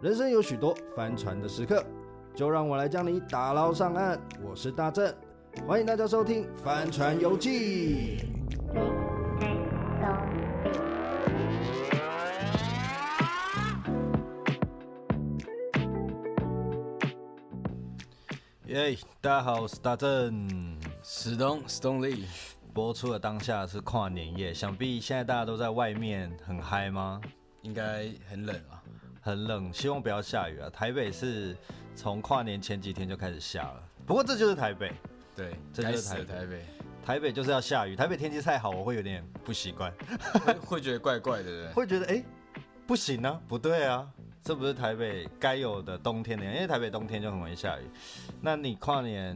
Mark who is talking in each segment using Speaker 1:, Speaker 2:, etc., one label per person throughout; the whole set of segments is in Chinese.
Speaker 1: 人生有许多翻船的时刻，就让我来将你打捞上岸。我是大正，欢迎大家收听《帆船游记》。耶，大家好，我是大正。
Speaker 2: 史东史东利，
Speaker 1: 播出的当下是跨年夜，想必现在大家都在外面很嗨吗？
Speaker 2: 应该很冷啊。
Speaker 1: 很冷，希望不要下雨啊！台北是从跨年前几天就开始下了，不过这就是台北，
Speaker 2: 对，
Speaker 1: 这
Speaker 2: 该
Speaker 1: 就是
Speaker 2: 死的
Speaker 1: 台
Speaker 2: 台北，
Speaker 1: 台北就是要下雨。台北天气太好，我会有点不习惯，
Speaker 2: 会会觉得怪怪的，对不对？
Speaker 1: 会觉得哎、诶不行啊，不对啊，这不是台北该有的冬天的样子，因为台北冬天就很容易下雨。那你跨年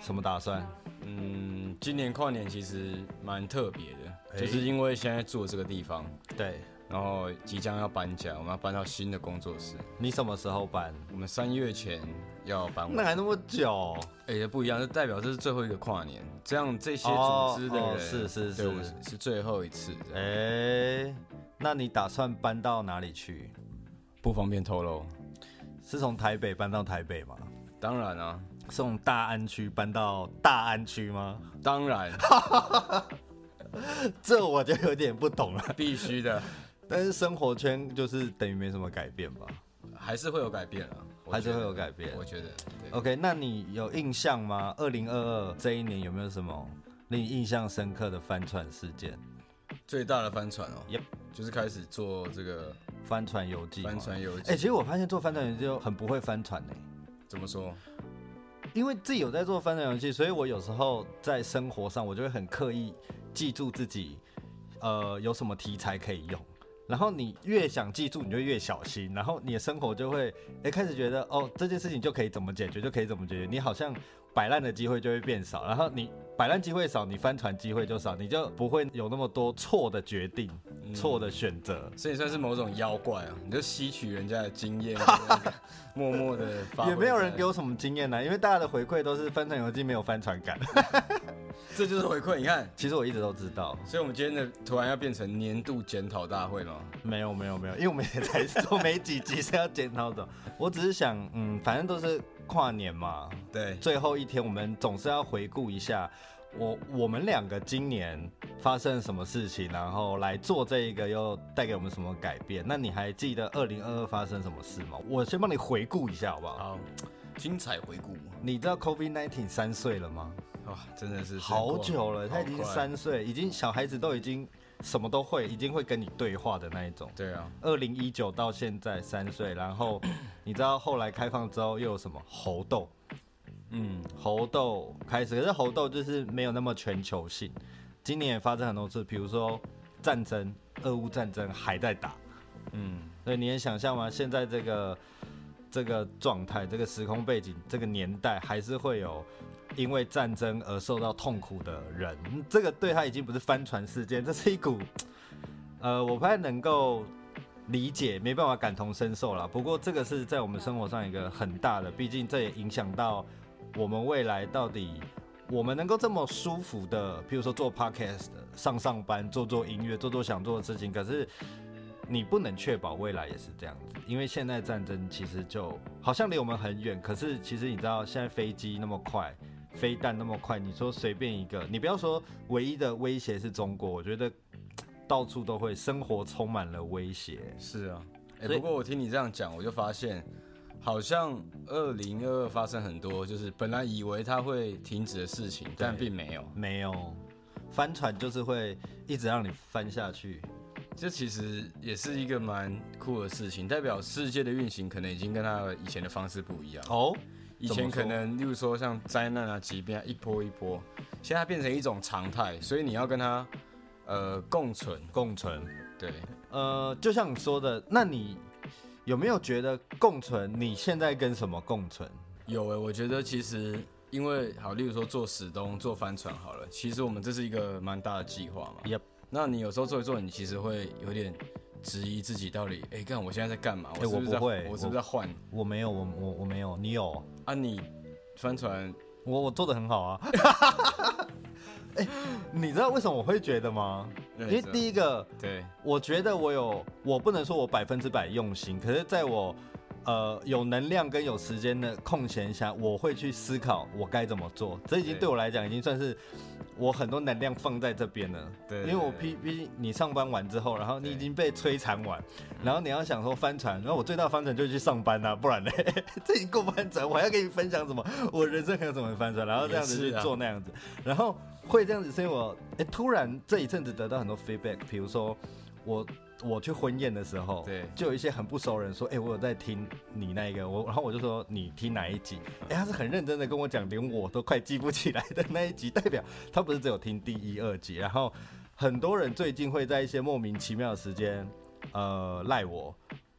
Speaker 1: 什么打算？
Speaker 2: 嗯，今年跨年其实蛮特别的，
Speaker 1: 哎
Speaker 2: 就是因为现在住的这个地方，
Speaker 1: 对
Speaker 2: 然后即将要搬家，我们要搬到新的工作室。
Speaker 1: 你什么时候搬？
Speaker 2: 我们三月前要搬完，
Speaker 1: 那还那么久？
Speaker 2: 哎、不一样，这代表这是最后一个跨年，这样这些
Speaker 1: 哦
Speaker 2: 组织的人、
Speaker 1: 哦是是是
Speaker 2: 对，我们是是最后一次这样，
Speaker 1: 哎、那你打算搬到哪里去？
Speaker 2: 不方便透露。
Speaker 1: 是从台北搬到台北吗？
Speaker 2: 当然啊，
Speaker 1: 是从大安区搬到大安区吗？
Speaker 2: 当然
Speaker 1: 这我就有点不懂了。
Speaker 2: 必须的，
Speaker 1: 但是生活圈就是等于没什么改变吧。
Speaker 2: 还是会有改变啊，我
Speaker 1: 还是
Speaker 2: 觉得
Speaker 1: 会有改变
Speaker 2: 我觉得，对。
Speaker 1: OK，那你有印象吗？二零二二这一年有没有什么令你印象深刻的帆船事件？
Speaker 2: 最大的帆船哦
Speaker 1: Yep
Speaker 2: 就是开始做这个
Speaker 1: 帆船游记吗？
Speaker 2: 帆船游记。
Speaker 1: 哎、其实我发现做帆船游记就很不会帆船呢、欸
Speaker 2: 怎么说？
Speaker 1: 因为自己有在做翻转游戏，所以我有时候在生活上，我就会很刻意记住自己，呃，有什么题材可以用。然后你越想记住，你就越小心，然后你的生活就会，哎，开始觉得哦，这件事情就可以怎么解决，就可以怎么解决。你好像摆烂的机会就会变少，然后你摆烂机会少，你翻船机会就少，你就不会有那么多错的决定、错的选择。
Speaker 2: 所以算是某种妖怪 啊！你就吸取人家的经 验，然后默默的发。
Speaker 1: 也没有人给，我什么经验呢、因为大家的回馈都是翻船游记没有翻船感。
Speaker 2: 这就是回馈。你看，
Speaker 1: 其实我一直都知道，
Speaker 2: 所以我们今天的突然要变成年度检讨大会吗？
Speaker 1: 没有没有没有，因为我们也才做没几集是要检讨的。我只是想，嗯，反正都是跨年嘛，
Speaker 2: 对，
Speaker 1: 最后一天我们总是要回顾一下我我们两个今年发生了什么事情，然后来做这一个又带给我们什么改变。那你还记得二零二二发生什么事吗？我先帮你回顾一下好不好？
Speaker 2: 好，精彩回顾
Speaker 1: 你知道 COVID 1 9三岁了吗？
Speaker 2: 哇，真的是
Speaker 1: 好久了，他
Speaker 2: 太
Speaker 1: 已经三岁，已经小孩子都已经什么都会，已经会跟你对话的那一种。
Speaker 2: 对啊，
Speaker 1: 二零一九到现在三岁，然后你知道后来开放之后又有什么猴痘？
Speaker 2: 嗯，
Speaker 1: 猴痘开始，可是猴痘就是没有那么全球性，今年也发生很多次，比如说战争，俄乌战争还在打，
Speaker 2: 嗯，
Speaker 1: 所以你能想象吗？现在这个这个状态、这个时空背景、这个年代，还是会有因为战争而受到痛苦的人，这个对他已经不是帆船事件，这是一股呃，我不太能够理解，没办法感同身受啦。不过这个是在我们生活上一个很大的，毕竟这也影响到我们未来到底。我们能够这么舒服的，譬如说做 podcast、上上班、做做音乐、做做想做的事情，可是你不能确保未来也是这样子，因为现在战争其实就好像离我们很远，可是其实你知道，现在飞机那么快，飞弹那么快，你说随便一个，你不要说唯一的威胁是中国，我觉得嘖到处都会，生活充满了威胁。
Speaker 2: 是啊。哎、
Speaker 1: 所以
Speaker 2: 不过我听你这样讲，我就发现，好像二零二二发生很多，就是本来以为它会停止的事情，但并没有。
Speaker 1: 没有，帆船就是会一直让你翻下去。
Speaker 2: 这其实也是一个蛮酷的事情，代表世界的运行可能已经跟它以前的方式不一样。
Speaker 1: 哦，
Speaker 2: 以前可
Speaker 1: 怎么
Speaker 2: 能，例如说像灾难啊、疾病啊，一波一波，现在它变成一种常态，所以你要跟它呃共存。
Speaker 1: 说共存，
Speaker 2: 对，
Speaker 1: 呃，就像你说的，那你有没有觉得共存？你现在跟什么共存？
Speaker 2: 有诶、欸我觉得其实因为好，例如说做史东、做帆船好了，其实我们这是一个蛮大的计划嘛。
Speaker 1: Yep
Speaker 2: 那你有时候做一做，你其实会有点质疑自己到底，哎、干我现在在干嘛？
Speaker 1: 哎
Speaker 2: 是不是
Speaker 1: 我
Speaker 2: 在
Speaker 1: 不会
Speaker 2: 我是不是在换？
Speaker 1: 我没有，我我我没有，你有？
Speaker 2: 啊，你帆船
Speaker 1: 我我做的很好啊，你知道为什么我会觉得吗？因为第
Speaker 2: 一
Speaker 1: 一个，
Speaker 2: 对
Speaker 1: 我觉得我有，我不能说我百分之百用心，可是在我呃有能量跟有时间的空闲下，我会去思考我该怎么做。这已经
Speaker 2: 对
Speaker 1: 对我来讲已经算是我很多能量放在这边了。
Speaker 2: 对，
Speaker 1: 因为我
Speaker 2: 对
Speaker 1: 毕毕竟你上班完之后，然后你
Speaker 2: 对嗯
Speaker 1: 已经被摧残完，然后你要想说翻船，然后我最大的翻船就是去上班呐、 不然呢，这已经够翻船，我还要跟你分享什么？我人生还有什么翻船？然后这样子
Speaker 2: 也
Speaker 1: 去
Speaker 2: 是啊
Speaker 1: 做那样子，然后会这样子，所以我哎突然这一阵子得到很多 feedback，比如说我我去婚宴的时候，
Speaker 2: 对
Speaker 1: 就有一些很不熟人说，哎、我有在听你那一个，我然后我就说你听哪一集？
Speaker 2: 嗯
Speaker 1: 哎、他是很认真的跟我讲，连我都快记不起来的那一集，代表他不是只有听第一、二集，然后很多人最近会在一些莫名其妙的时间，呃，赖我，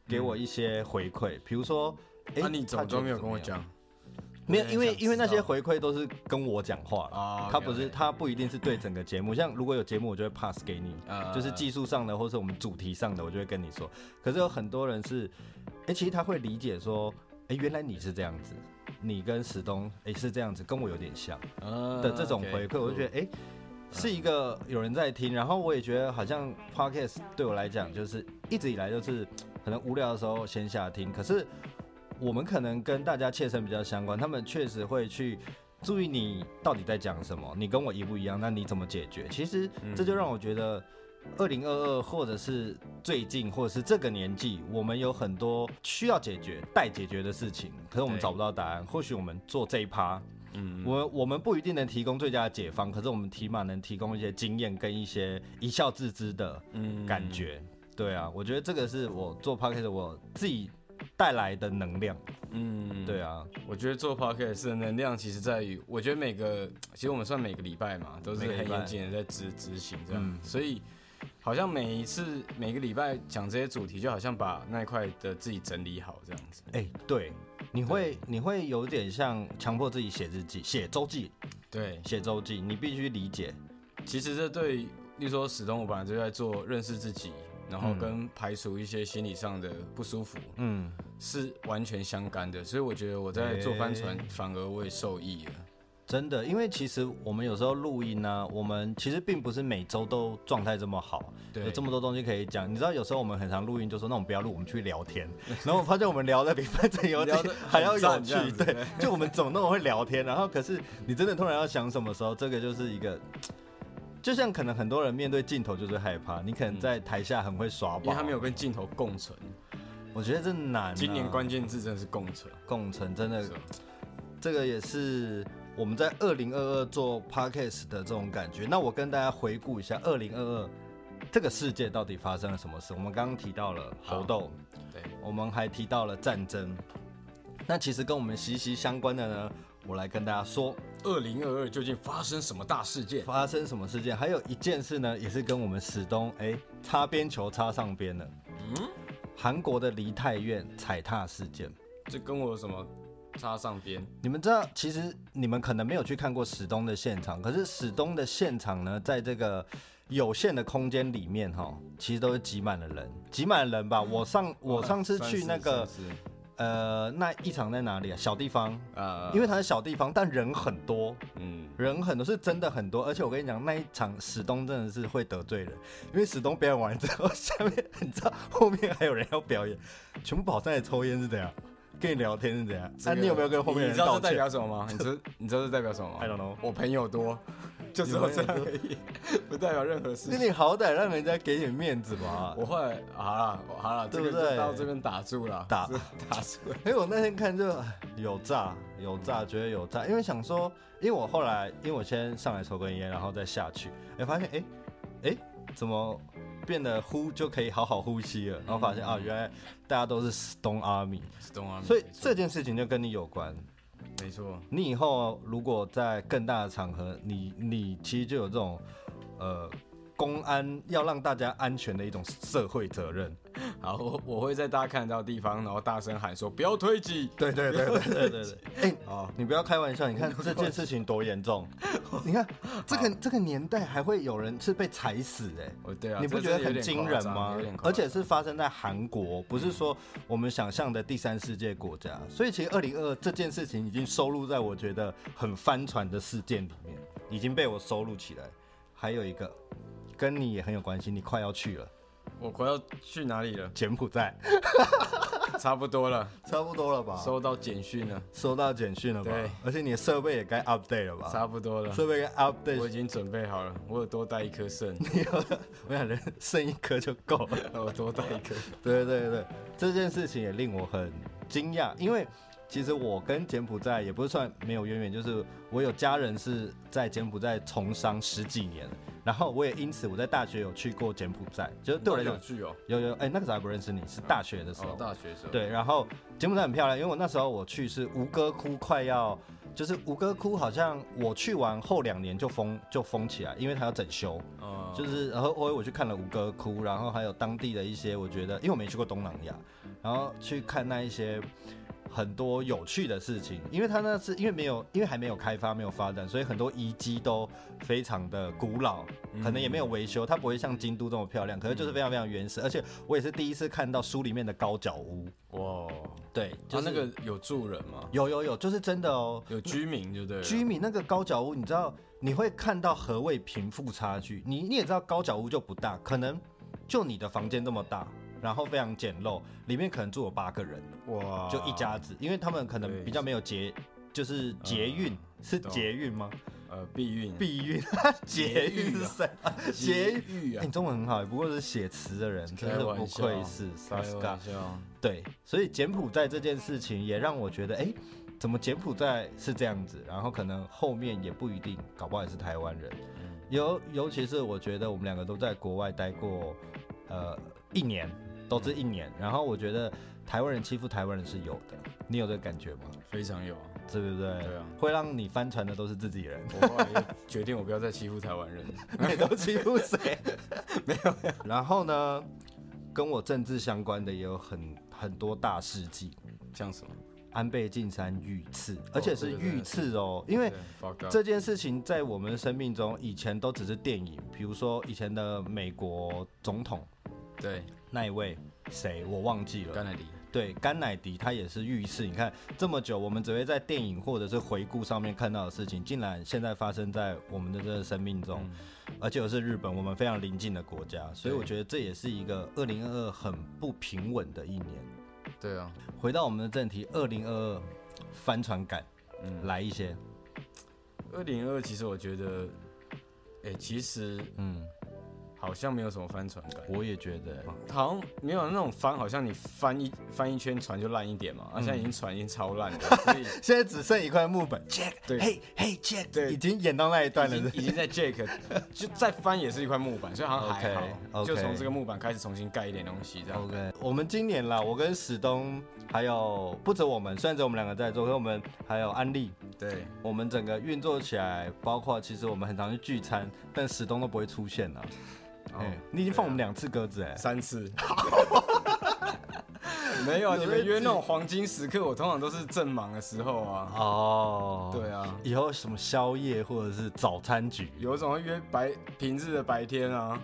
Speaker 1: 给我一些回馈，比如说，哎、
Speaker 2: 啊那你怎
Speaker 1: 他
Speaker 2: 么
Speaker 1: 觉得
Speaker 2: 都没有
Speaker 1: 怎
Speaker 2: 跟
Speaker 1: 么
Speaker 2: 我
Speaker 1: 样？
Speaker 2: 讲
Speaker 1: 没有，
Speaker 2: 我
Speaker 1: 因为
Speaker 2: 也想知
Speaker 1: 因为那些
Speaker 2: 道
Speaker 1: 回馈都是跟我讲话了，
Speaker 2: 啊？
Speaker 1: 他不是他不一定是对整个节目，像如果有节目，我就会 pass 给你，
Speaker 2: 呃
Speaker 1: 就是技术上的，或是我们主题上的，我就会跟你说。可是有很多人是，哎、其实他会理解说，哎、原来你是这样子，你跟史东，哎、是这样子，跟我有点像的
Speaker 2: 的
Speaker 1: 这种回馈，我就觉
Speaker 2: 得
Speaker 1: 得，哎、是一个有人在听，然后我也觉得好像 podcast 对我来讲，就是一直以来就是可能无聊的时候闲暇听，可是我们可能跟大家切身比较相关，他们确实会去注意你到底在讲什么，你跟我一不一样，那你怎么解决？其实
Speaker 2: 嗯
Speaker 1: 这就让我觉得，二零二二或者是最近，或者是这个年纪，我们有很多需要解决、待解决的事情，可是我们
Speaker 2: 对
Speaker 1: 找不到答案。或许我们做这一趴，
Speaker 2: 嗯
Speaker 1: 我我们不一定能提供最佳的解方，可是我们起码能提供一些经验跟一些一笑置之的
Speaker 2: 嗯
Speaker 1: 感觉。对啊，我觉得这个是我做 podcast 我自己带来的能量。
Speaker 2: 嗯
Speaker 1: 对啊，
Speaker 2: 我觉得做 podcast 的能量，其实在于，我觉得每个，其实我们算每个礼拜嘛，都是
Speaker 1: 每个
Speaker 2: 很
Speaker 1: 礼拜
Speaker 2: 严谨的在执执行这样，
Speaker 1: 嗯
Speaker 2: 所以好像每一次每个礼拜讲这些主题，就好像把那一块的自己整理好这样子。
Speaker 1: 哎、对，你会你会有点像强迫自己写日记、写周记、
Speaker 2: 对，
Speaker 1: 写周记，你必须理解。
Speaker 2: 其实这对于，例如说史东，我本来就在做认识自己，然后跟排除一些心理上的不舒服、
Speaker 1: 嗯，
Speaker 2: 是完全相干的，所以我觉得我在做帆船，反而我也受益了。
Speaker 1: 真的，因为其实我们有时候录音呢、我们其实并不是每周都状态这么好，
Speaker 2: 对
Speaker 1: 有这么多东西可以讲。你知道，有时候我们很常录音，就说那我们不要录，我们去聊天。然后我发现我们聊的比反正有
Speaker 2: 聊
Speaker 1: 点
Speaker 2: 得
Speaker 1: 还要
Speaker 2: 很
Speaker 1: 有
Speaker 2: 赞
Speaker 1: 趣
Speaker 2: 这样，子
Speaker 1: 对，就我们总那么会聊天，然后可是你真的突然要想什么时候，这个就是一个。就像可能很多人面对镜头就是害怕，你可能在台下很会耍
Speaker 2: 因
Speaker 1: 宝，
Speaker 2: 为他没有跟镜头共存，
Speaker 1: 我觉得这难、啊。
Speaker 2: 今年关键字真的是共存，
Speaker 1: 共存真的
Speaker 2: 是吧
Speaker 1: 这个也是我们在二零二二做 podcast 的这种感觉。那我跟大家回顾一下二零二二这个世界到底发生了什么事。我们刚刚提到了
Speaker 2: 好
Speaker 1: 猴痘，
Speaker 2: 对。
Speaker 1: 我们还提到了战争。那其实跟我们息息相关的呢，我来跟大家说
Speaker 2: 二零二二究竟发生什么大事件？
Speaker 1: 发生什么事件。还有一件事呢，也是跟我们史东哎擦边球擦上边了。
Speaker 2: 嗯，
Speaker 1: 韩国的梨泰院踩踏事件。
Speaker 2: 这跟我有什么插上边？
Speaker 1: 你们知道，其实你们可能没有去看过史东的现场，可是史东的现场呢，在这个有限的空间里面，哈，其实都是挤满了人，挤满了人吧。我上我上次去那个
Speaker 2: 哦算是算
Speaker 1: 呃那一场在哪里啊？小地方，
Speaker 2: 是呃
Speaker 1: 因为它是小地方，但人很多，
Speaker 2: 嗯，
Speaker 1: 人很多是真的很多，而且我跟你讲，那一场史东真的是会得罪人，因为史东表演完之后， 下面你知道后面还有人要表演，全部跑上来抽烟是怎样，跟你聊天是怎样？那、
Speaker 2: 这个
Speaker 1: 你有没有跟后面的
Speaker 2: 你
Speaker 1: 人
Speaker 2: 知道
Speaker 1: 道
Speaker 2: 这代
Speaker 1: 歉？
Speaker 2: 表什么吗？你知你知道这代表什么
Speaker 1: I
Speaker 2: 吗？
Speaker 1: don't know。
Speaker 2: 我朋友 多，就只有这样而已，不代表任何事
Speaker 1: 那
Speaker 2: 情。
Speaker 1: 你好歹让人家给点面子吧。
Speaker 2: 我后来好了，我好了，这个
Speaker 1: 对不对
Speaker 2: 就到这边打住了，
Speaker 1: 打
Speaker 2: 这打住了。
Speaker 1: 因为哎我那天看就唉有诈有诈，觉得有诈，因为想说，因为我后来因为我先上来抽根烟，然后再下去，哎、发现哎哎、怎么变得呼就可以好好呼吸了，然后发现、啊原来大家都是死东阿米，
Speaker 2: 懂啊，
Speaker 1: 所以这件事情就跟你有关。
Speaker 2: 没错，
Speaker 1: 你以后如果在更大的场合，你你其实就有这种呃公安要让大家安全的一种社会责任。
Speaker 2: 好，我我会在大家看得到的地方，然后大声喊说不要推挤
Speaker 1: 对对对对对对对。 哎、
Speaker 2: 啊！
Speaker 1: 你不要开玩笑，你看 这件事情多严重！ 你看这个这个年代还会有人是被踩死哎、
Speaker 2: 我对啊，
Speaker 1: 你不
Speaker 2: 这
Speaker 1: 觉得
Speaker 2: 真的有
Speaker 1: 很
Speaker 2: 点
Speaker 1: 惊
Speaker 2: 夸
Speaker 1: 人
Speaker 2: 张
Speaker 1: 吗
Speaker 2: 有点？夸
Speaker 1: 而且是发生在韩国，不是说我们想象的第三世界国家。所以其实二零二这件事情已经收录在我觉得很帆船的事件里面。已经被我收录起来。还有一个跟你也很有关系，你快要去了
Speaker 2: 我快要去哪里了？
Speaker 1: 柬埔寨，
Speaker 2: 差不多了，
Speaker 1: 差不多了吧？收
Speaker 2: 收到简讯了，
Speaker 1: 收到简讯了吧
Speaker 2: 对？
Speaker 1: 而且你的设备也该 update 了吧？
Speaker 2: 差不多了，
Speaker 1: 设备该
Speaker 2: 我
Speaker 1: update，
Speaker 2: 已经准备好了，我有多带一颗肾，
Speaker 1: 我想人剩一颗就够了。
Speaker 2: 我多带一颗。
Speaker 1: 对对对，这件事情也令我很惊讶，因为其实我跟柬埔寨也不是算没有渊源，就是我有家人是在柬埔寨从商十几年，然后我也因此我在大学有去过柬埔寨，就是对我来
Speaker 2: 有
Speaker 1: 讲，
Speaker 2: 趣哦，
Speaker 1: 有有哎、那个时候还不认识你，是大学的时候
Speaker 2: 哦，，大学生，，
Speaker 1: 对，然后柬埔寨很漂亮，因为我那时候我去是吴哥窟快要，就是吴哥窟好像我去完后两年就封就封起来，因为它要整修。
Speaker 2: 哦，
Speaker 1: 就是，然后我我去看了吴哥窟，然后还有当地的一些，我觉得，因为我没去过东南亚，然后去看那一些很多有趣的事情，因为它那是因为没有，因为还没有开发，没有发展，所以很多遗迹都非常的古老，可能也没有维修，它不会像京都这么漂亮，可是
Speaker 2: 嗯
Speaker 1: 就是非常非常原始，而且我也是第一次看到书里面的高脚屋，
Speaker 2: 哇，
Speaker 1: 对，就、
Speaker 2: 就是那个有住人吗？
Speaker 1: 有有有，就是真的哦，
Speaker 2: 有居民就对 了，啊
Speaker 1: 居民那个高脚屋，你知道你会看到何谓贫富差距？你你也知道高脚屋就不大，可能就你的房间这么大，然后非常简陋，里面可能住有八个人，
Speaker 2: 哇，
Speaker 1: 就一家子，因为他们可能
Speaker 2: 啊对嗯
Speaker 1: 比较没有捷，就是捷运、是捷运吗？
Speaker 2: 呃避孕，
Speaker 1: 避 孕，捷运是谁？捷运。
Speaker 2: 育
Speaker 1: 哎、
Speaker 2: 啊，
Speaker 1: 你中文很好，不过是写词的人，真
Speaker 2: 开
Speaker 1: 是
Speaker 2: 玩
Speaker 1: 不
Speaker 2: 笑
Speaker 1: 愧是
Speaker 2: 开
Speaker 1: Saska
Speaker 2: 玩。笑，
Speaker 1: 对，所以柬埔寨这件事情也让我觉得，哎，怎么柬埔寨是这样子？然后可能后面也不一定，搞不好也是台湾人。
Speaker 2: 嗯
Speaker 1: 尤尤其是我觉得我们两个都在国外待过，呃，一年，都是一年。然后我觉得台湾人欺负台湾人是有的，你有这个感觉吗？
Speaker 2: 非常 有啊。
Speaker 1: 对不对？
Speaker 2: 对啊
Speaker 1: 会让你翻船的都是自己人，
Speaker 2: 我后来就决定我不要再欺负台湾人了，
Speaker 1: 你都欺负谁？ 没有。然后呢，跟我政治相关的也有很很多大事迹。
Speaker 2: 像什么？
Speaker 1: 安倍晋三遇
Speaker 2: 哦
Speaker 1: 刺，而且是遇刺哦，因
Speaker 2: 因
Speaker 1: 为
Speaker 2: fuck up，
Speaker 1: 这件事情在我们生命中以前都只是电影，比如说以前的美国总统
Speaker 2: 对
Speaker 1: 那一位谁我忘记了，
Speaker 2: 甘乃迪，
Speaker 1: 对，甘乃迪他也是遇刺。你看这么久，我们只会在电影或者是回顾上面看到的事情，竟然现在发生在我们的这个生命中，而且又是日本，我们非常邻近的国家，所以
Speaker 2: 嗯对
Speaker 1: 我觉得这也是一个二零二二很不平稳的一年。
Speaker 2: 对啊，
Speaker 1: 回到我们的正题，二零二二帆船感，
Speaker 2: 嗯
Speaker 1: 来一些，
Speaker 2: 二零二，其实我觉得，哎、其实
Speaker 1: 嗯，
Speaker 2: 好像没有什么帆船感，
Speaker 1: 我也觉得，
Speaker 2: 好像没有那种帆，好像你翻一翻一圈船就烂一点
Speaker 1: 嗯
Speaker 2: 嘛，啊，现在已经船已经超 烂了，所以
Speaker 1: 现在只剩一块木板，Jack，
Speaker 2: 对
Speaker 1: 嘿嘿 Jack，
Speaker 2: 对
Speaker 1: 已经演到那一段
Speaker 2: 已
Speaker 1: 了
Speaker 2: 经
Speaker 1: 是
Speaker 2: 已经在 Jack 就再翻也是一块木板，所以好像还好
Speaker 1: OK，OK 哦
Speaker 2: 就从这个木板开始重新盖一点东西这样。
Speaker 1: OK，我们今年啦，我跟史东还有不止我们，虽然只有我们两个在做，可是我们还有安利，
Speaker 2: 对，
Speaker 1: 我们整个运作起来，包括其实我们很常去聚餐，但史东都不会出现了。
Speaker 2: 哦
Speaker 1: 哎，你已经放我们两次鸽子哎，
Speaker 2: 三次。没有啊，你们约那种黄金时刻，我通常都是正忙的时候啊。
Speaker 1: 哦，
Speaker 2: 对，啊，
Speaker 1: 以后什么宵夜或者是早餐局，
Speaker 2: 有一种会约白平日的白天啊。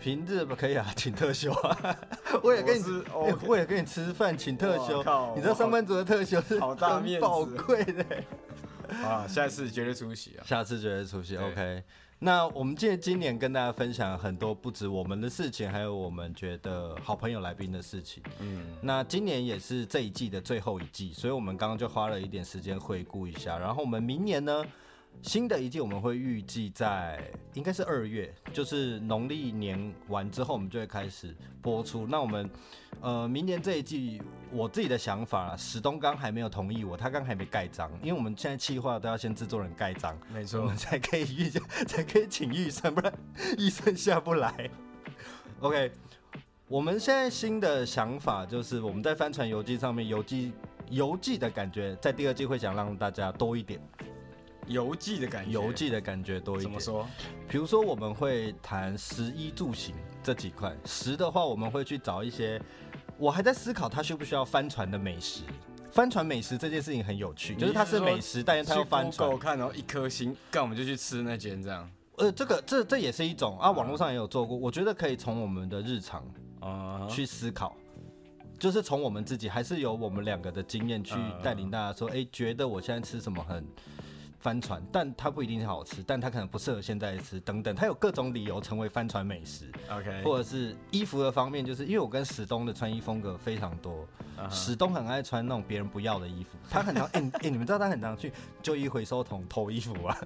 Speaker 1: 平日不可以啊，请特休啊！ 我也跟你
Speaker 2: 我是哦
Speaker 1: 哎
Speaker 2: OK
Speaker 1: 我也跟你吃饭，请特休
Speaker 2: 哇靠。
Speaker 1: 你知道上班族的特休是
Speaker 2: 好大
Speaker 1: 很
Speaker 2: 面子
Speaker 1: 宝贵的。
Speaker 2: 啊，下一次绝对出席 啊！
Speaker 1: 下次绝对出席
Speaker 2: 对
Speaker 1: ，OK。那我们今今年跟大家分享很多不止我们的事情，还有我们觉得好朋友来宾的事情。
Speaker 2: 嗯，
Speaker 1: 那今年也是这一季的最后一季，所以我们刚刚就花了一点时间回顾一下。然后我们明年呢，新的一季我们会预计在应该是二月，就是农历年完之后，我们就会开始播出。那我们呃，明年这一季我自己的想法啦，史东刚还没有同意我，他刚还没盖章，因为我们现在企划都要先制作人盖章。
Speaker 2: 没
Speaker 1: 我
Speaker 2: 错
Speaker 1: 们， 才可以预才可以请预算，不然预算下不来。OK，我们现在新的想法就是我们在帆船游记上面游记游记的感觉，在第二季会想让大家多一点
Speaker 2: 邮寄的感觉。
Speaker 1: 游记的感觉多一
Speaker 2: 怎么
Speaker 1: 点。
Speaker 2: 说？
Speaker 1: 比如说我们会谈食衣住行这几块，食的话我们会去找一些，我还在思考它需不需要帆船的美食。帆船美食这件事情很有趣，就是它是美食，但是它
Speaker 2: 去
Speaker 1: 要帆船
Speaker 2: Google。看，然后一颗星，干我们就去吃那间这样。
Speaker 1: 呃，这个这这也是一种啊，网络上也有做过，我觉得可以从我们的日常
Speaker 2: 啊，
Speaker 1: 去思考，就是从我们自己还是有我们两个的经验去
Speaker 2: 嗯
Speaker 1: 带领大家说，哎、觉得我现在吃什么很帆船，但它不一定是好吃，但它可能不适合现在吃等等，它有各种理由成为帆船美食。
Speaker 2: OK，
Speaker 1: 或者是衣服的方面，就是因为我跟史东的穿衣风格非常多，
Speaker 2: 嗯哼
Speaker 1: 史东很爱穿那种别人不要的衣服，他很常哎哎、你们知道他很常去旧衣回收桶偷衣服啊，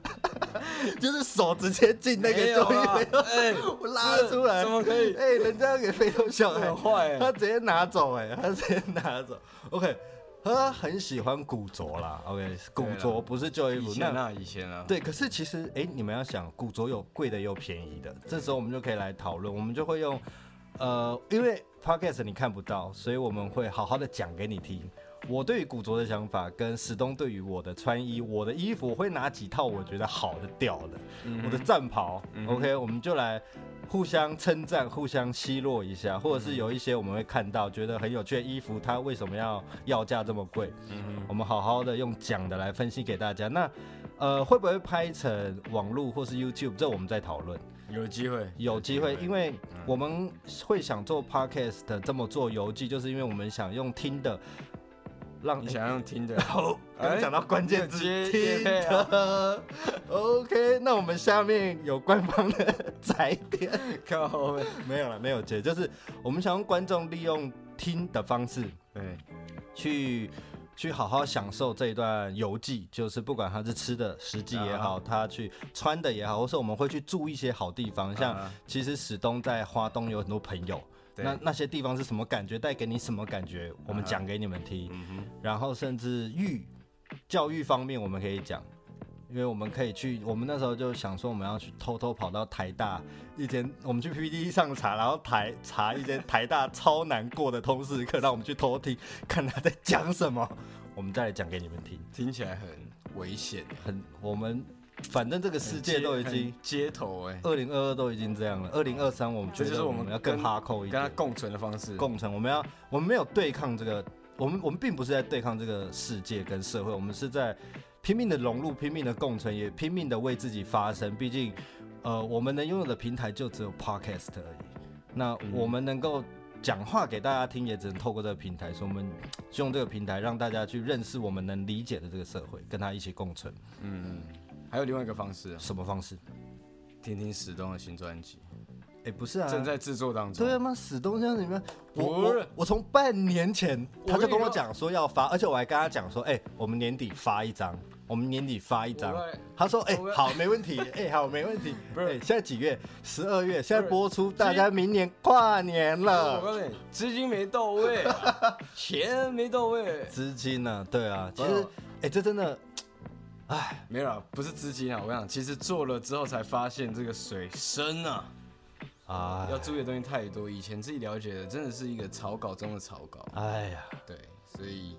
Speaker 1: 就是手直接进那个
Speaker 2: 没有
Speaker 1: 旧衣
Speaker 2: 啦
Speaker 1: 回收，
Speaker 2: 哎，
Speaker 1: 我拉了出来，
Speaker 2: 这怎么可以
Speaker 1: 哎、人家给非洲小孩
Speaker 2: 很坏欸
Speaker 1: 他直接拿走哎、他直接拿走，OK，他很喜欢古着啦，OK，古
Speaker 2: 对
Speaker 1: 着
Speaker 2: 啦
Speaker 1: 不是旧衣
Speaker 2: 以
Speaker 1: 服，
Speaker 2: 前啊，以前啊，
Speaker 1: 对，可是其实，哎、你们要想，古着有贵的，也有便宜的，这时候我们就可以来讨论，我们就会用，呃，因为 podcast 你看不到，所以我们会好好的讲给你听。我对于古着的想法，跟史东对于我的穿衣，我的衣服我会拿几套我觉得好的、屌的，我的战袍、o k 我们就来互相称赞、互相奚落一下，或者是有一些我们会看到觉得很有趣的衣服，它为什么要要价这么贵？
Speaker 2: 嗯
Speaker 1: 我们好好的用讲的来分析给大家。那呃，会不会拍成网络或是 YouTube？这我们再讨论。
Speaker 2: 有机会，
Speaker 1: 有机会，
Speaker 2: 有机会
Speaker 1: 因为我们会想做 podcast 的这么做游记，就是因为我们想用听的，让
Speaker 2: 你想用听的，
Speaker 1: 好，刚刚
Speaker 2: 哎
Speaker 1: 讲到关键字，
Speaker 2: 接
Speaker 1: 听
Speaker 2: 业配啊
Speaker 1: 的。OK，那我们下面有官方的 踩点，
Speaker 2: 靠背，
Speaker 1: 没有了，没有接，就是我们想用观众利用听的方式
Speaker 2: 对，
Speaker 1: 去。去好好享受这一段游记，就是不管他是吃的实际也
Speaker 2: 啊
Speaker 1: 好，他去穿的也好，或是我们会去住一些好地方。像
Speaker 2: 啊
Speaker 1: 其实史东在花东有很多朋友，
Speaker 2: 对啊
Speaker 1: 那那些地方是什么感觉，带给你什么感觉，我们讲给你们听。
Speaker 2: 嗯哼，
Speaker 1: 然后甚至育教育方面，我们可以讲，因为我们可以去，我们那时候就想说，我们要去偷偷跑到台大一间，我们去 PPT 上查，然后台查一间台大超难过的通识课，让我们去偷听，看他在讲什么，我们再来讲给你们听。
Speaker 2: 听起来很危险，
Speaker 1: 很，我们反正这个世界都已经
Speaker 2: 很街头哎，
Speaker 1: 二零二二都已经这样了，二零二三我们觉
Speaker 2: 这就是
Speaker 1: 得
Speaker 2: 我
Speaker 1: 我
Speaker 2: 们
Speaker 1: 们要更
Speaker 2: 跟
Speaker 1: 哈扣一
Speaker 2: 跟
Speaker 1: 点
Speaker 2: 他，共存的方式，
Speaker 1: 共存，我们要我们没有对抗这个，我们我们并不是在对抗这个世界跟社会，我们是在拼命的融入、拼命的共存，也拼命的为自己发声。毕竟，呃，我们能拥有的平台就只有 podcast 而已。那我们能够讲话给大家听，也只能透过这个平台，所以我们就用这个平台让大家去认识我们能理解的这个社会，跟他一起共存。
Speaker 2: 嗯，还有另外一个方式，啊
Speaker 1: 什么方式？
Speaker 2: 听听史东的新专辑，
Speaker 1: 哎、不是啊，
Speaker 2: 正在制作当中，
Speaker 1: 对啊妈，死东像你们，我
Speaker 2: 不是
Speaker 1: 我我从半年前
Speaker 2: 我
Speaker 1: 他就
Speaker 2: 跟你
Speaker 1: 跟我
Speaker 2: 说
Speaker 1: 讲说要发，而且我还跟他讲说，哎、我们年底发一张，我们年底发一张
Speaker 2: 我会。
Speaker 1: 他说，哎、
Speaker 2: 我会
Speaker 1: 好，没问题， 哎、好，没问题。
Speaker 2: 不
Speaker 1: 哎、
Speaker 2: 是
Speaker 1: 现在几月？十二月，现在
Speaker 2: 不是
Speaker 1: 播出，
Speaker 2: 其实
Speaker 1: 大家明年跨年
Speaker 2: 我
Speaker 1: 了。
Speaker 2: 告诉你，资金没到 位啊，钱没到位，
Speaker 1: 资金呢、对啊，其实
Speaker 2: 没，有
Speaker 1: 哎、这真的，哎，
Speaker 2: 没有啦，不是资金啊，我想其实做了之后才发现这个水深啊，
Speaker 1: 啊
Speaker 2: 要，注意的东西太多，以前自己了解的真的是一个草稿中的草稿，
Speaker 1: 哎呀。
Speaker 2: 对，所以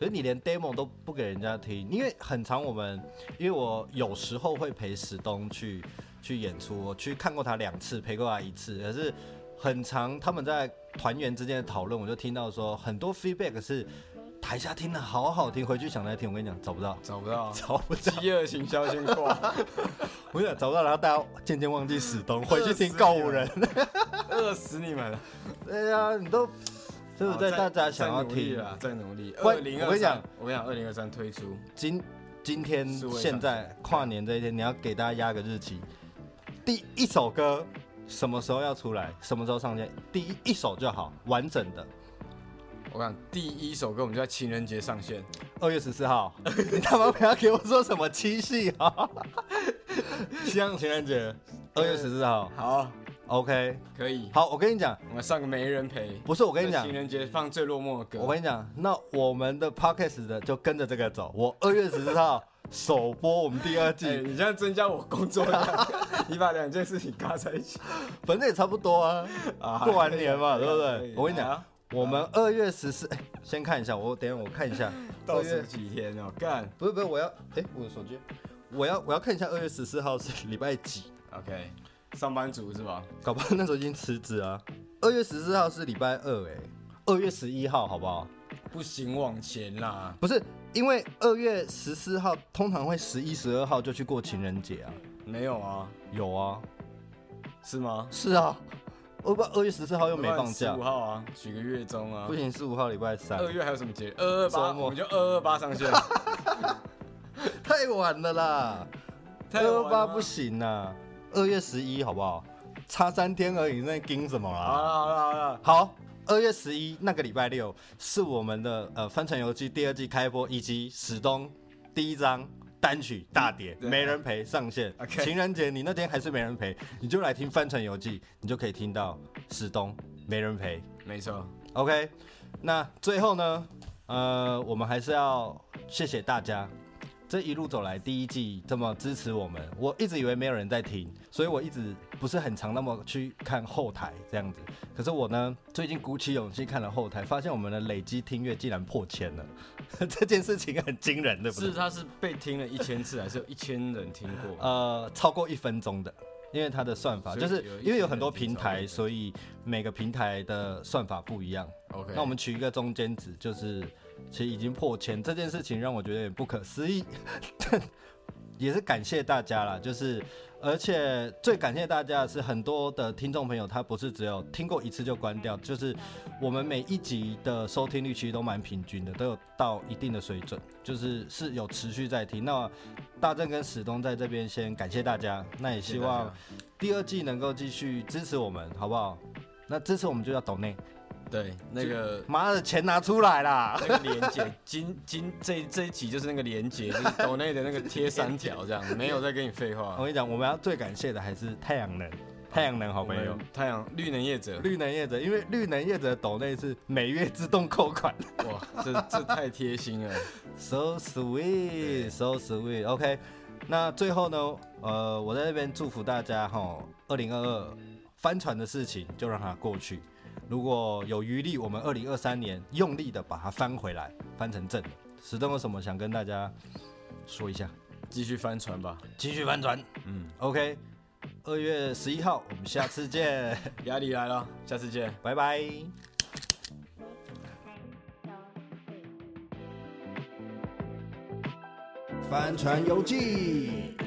Speaker 1: 可是你连 demo 都不给人家听，因为很长我们，因为我有时候会陪史东去去演出，我去看过他两次，陪过他一次，可是很长他们在团员之间的讨论，我就听到说很多 feedback 是台下听的好好听，回去想再听，我跟你讲找不到，
Speaker 2: 找 不到啊，
Speaker 1: 找不到，
Speaker 2: 饥饿行销先挂，
Speaker 1: 我跟你讲找不到，然后大家渐渐忘记史东，回去听告五人，
Speaker 2: 啊饿死你们了，
Speaker 1: 对呀、你都对不对？
Speaker 2: 好
Speaker 1: 大
Speaker 2: 再
Speaker 1: 家想要
Speaker 2: 再努力
Speaker 1: 听
Speaker 2: 啊，再努力，
Speaker 1: 关
Speaker 2: 二零
Speaker 1: 我跟
Speaker 2: 二
Speaker 1: 你讲
Speaker 2: 三，我跟你讲，二零二三推出，
Speaker 1: 今今天
Speaker 2: 数位上
Speaker 1: 现在跨年这一天，你要给大家压个日期，第一首歌什么时候要出来，什么时候上线，第一一首就好，完整的。
Speaker 2: 我跟你讲第一首歌我们就在情人节上线，
Speaker 1: 二月十四 号，你他妈不要给我说什么七夕啊！西洋情人节，二月十四号
Speaker 2: 好，
Speaker 1: ，OK。
Speaker 2: 可以，
Speaker 1: 好，我跟你讲，
Speaker 2: 我们上个没人陪，
Speaker 1: 不是我跟你
Speaker 2: 在
Speaker 1: 讲
Speaker 2: 情，人节放最落寞的歌，
Speaker 1: 我跟你讲，那我们的 podcast 的就跟着这个走。我二月十四号首播我们第二
Speaker 2: 哎
Speaker 1: 季，
Speaker 2: 你这样增加我工作 量，你把两件事情搭在一起
Speaker 1: 反正也差不多啊。
Speaker 2: 啊
Speaker 1: 过完年嘛，
Speaker 2: 可
Speaker 1: 对
Speaker 2: 以啊
Speaker 1: 不
Speaker 2: 可以
Speaker 1: 对？
Speaker 2: 啊
Speaker 1: 我跟你讲
Speaker 2: 啊，，
Speaker 1: 我们二月十四，哎先看一下，我等一下我看一下
Speaker 2: 倒
Speaker 1: 二
Speaker 2: 数
Speaker 1: 月
Speaker 2: 几天哦，干
Speaker 1: 不是不是，我要哎我的手机，我要我要看一下二月十四号是礼拜几，
Speaker 2: ，OK，上班族是吧？
Speaker 1: 搞不好那时候已经辞职啊。二月十四号是礼拜二，哎，二月十一号好不好？
Speaker 2: 不行，往前啦，
Speaker 1: 不是，因为二月十四号通常会十一、十二号就去过情人节啊。
Speaker 2: 没有啊，
Speaker 1: 有啊，
Speaker 2: 是吗？
Speaker 1: 是啊，我不知道二月十四号又没放假
Speaker 2: 五，号啊，举个月中啊
Speaker 1: 不，行，十五号礼拜三
Speaker 2: 二。月还有什么节？二二八，
Speaker 1: 周末
Speaker 2: 我们就二二八上线，
Speaker 1: 太太晚了啦，
Speaker 2: 太
Speaker 1: 二二
Speaker 2: 晚了
Speaker 1: 八
Speaker 2: 吗
Speaker 1: 不行啊，二月十一好不好？差三天而已，那盯什么啦？
Speaker 2: 好了好了好了，
Speaker 1: 好，二月十一那个礼拜六是我们的呃《帆船游记》第二季开播，以及史东第一张单曲大碟《
Speaker 2: 对
Speaker 1: 没人陪》上线。
Speaker 2: OK
Speaker 1: 情人节你那天还是没人陪，你就来听《帆船游记》，你就可以听到史东没人陪。
Speaker 2: 没错，
Speaker 1: OK，那最后呢，呃，我们还是要谢谢大家。这一路走来，第一季这么支持我们，我一直以为没有人在听，所以我一直不是很常那么去看后台这样子。可是我呢，最近鼓起勇气看了后台，发现我们的累积听阅竟然破千了， 这件事情很惊人，对不对
Speaker 2: 是？他是被听了一千次，还是有一千人听 过？
Speaker 1: 呃，超过一分钟的，因为它的算法
Speaker 2: 所以
Speaker 1: 就是
Speaker 2: 有一
Speaker 1: 因为有
Speaker 2: 些
Speaker 1: 很多
Speaker 2: 人听
Speaker 1: 平
Speaker 2: 超过
Speaker 1: 台，
Speaker 2: 的
Speaker 1: 所以每个平台的算法不一样。
Speaker 2: OK，
Speaker 1: 那我们取一个中间值，就是其实已经破千这件事情让我觉得也不可思议， 但也是感谢大家啦，就是而且最感谢大家的是很多的听众朋友，他不是只有听过一次就关掉，就是我们每一集的收听率其实都蛮平均的，都有到一定的水准，就是是有持续在听。那大正跟史东在这边先感谢大家，那也希望第二季能够继续支持我们，好不好？那支持我们就要抖内。
Speaker 2: 对那个
Speaker 1: 妈的，钱拿出来啦！
Speaker 2: 那个连接， 今今这这一集就是那个连接，就是抖内的那个贴三条这样，没有在跟你废
Speaker 1: 我
Speaker 2: 话。
Speaker 1: 跟你讲，我们要最感谢的还是太阳能，太阳能好朋友
Speaker 2: 我，们太阳绿能业者，
Speaker 1: 绿能业者，因为绿能业者的抖内是每月自动扣款
Speaker 2: 哇，这这太贴心了。
Speaker 1: ，so sweet，so sweet。OK，那最后呢，呃，我在这边祝福大家哈，二零二二帆船的事情就让它过去，如果有余力，我们二零二三年用力的把它翻回来，翻成正的。石东有什么想跟大家说一下？
Speaker 2: 继续翻船吧，
Speaker 1: 继续翻船。
Speaker 2: 嗯，
Speaker 1: OK，二月十一号，我们下次见，
Speaker 2: 压力来了，下次见。
Speaker 1: 拜拜。帆船游记。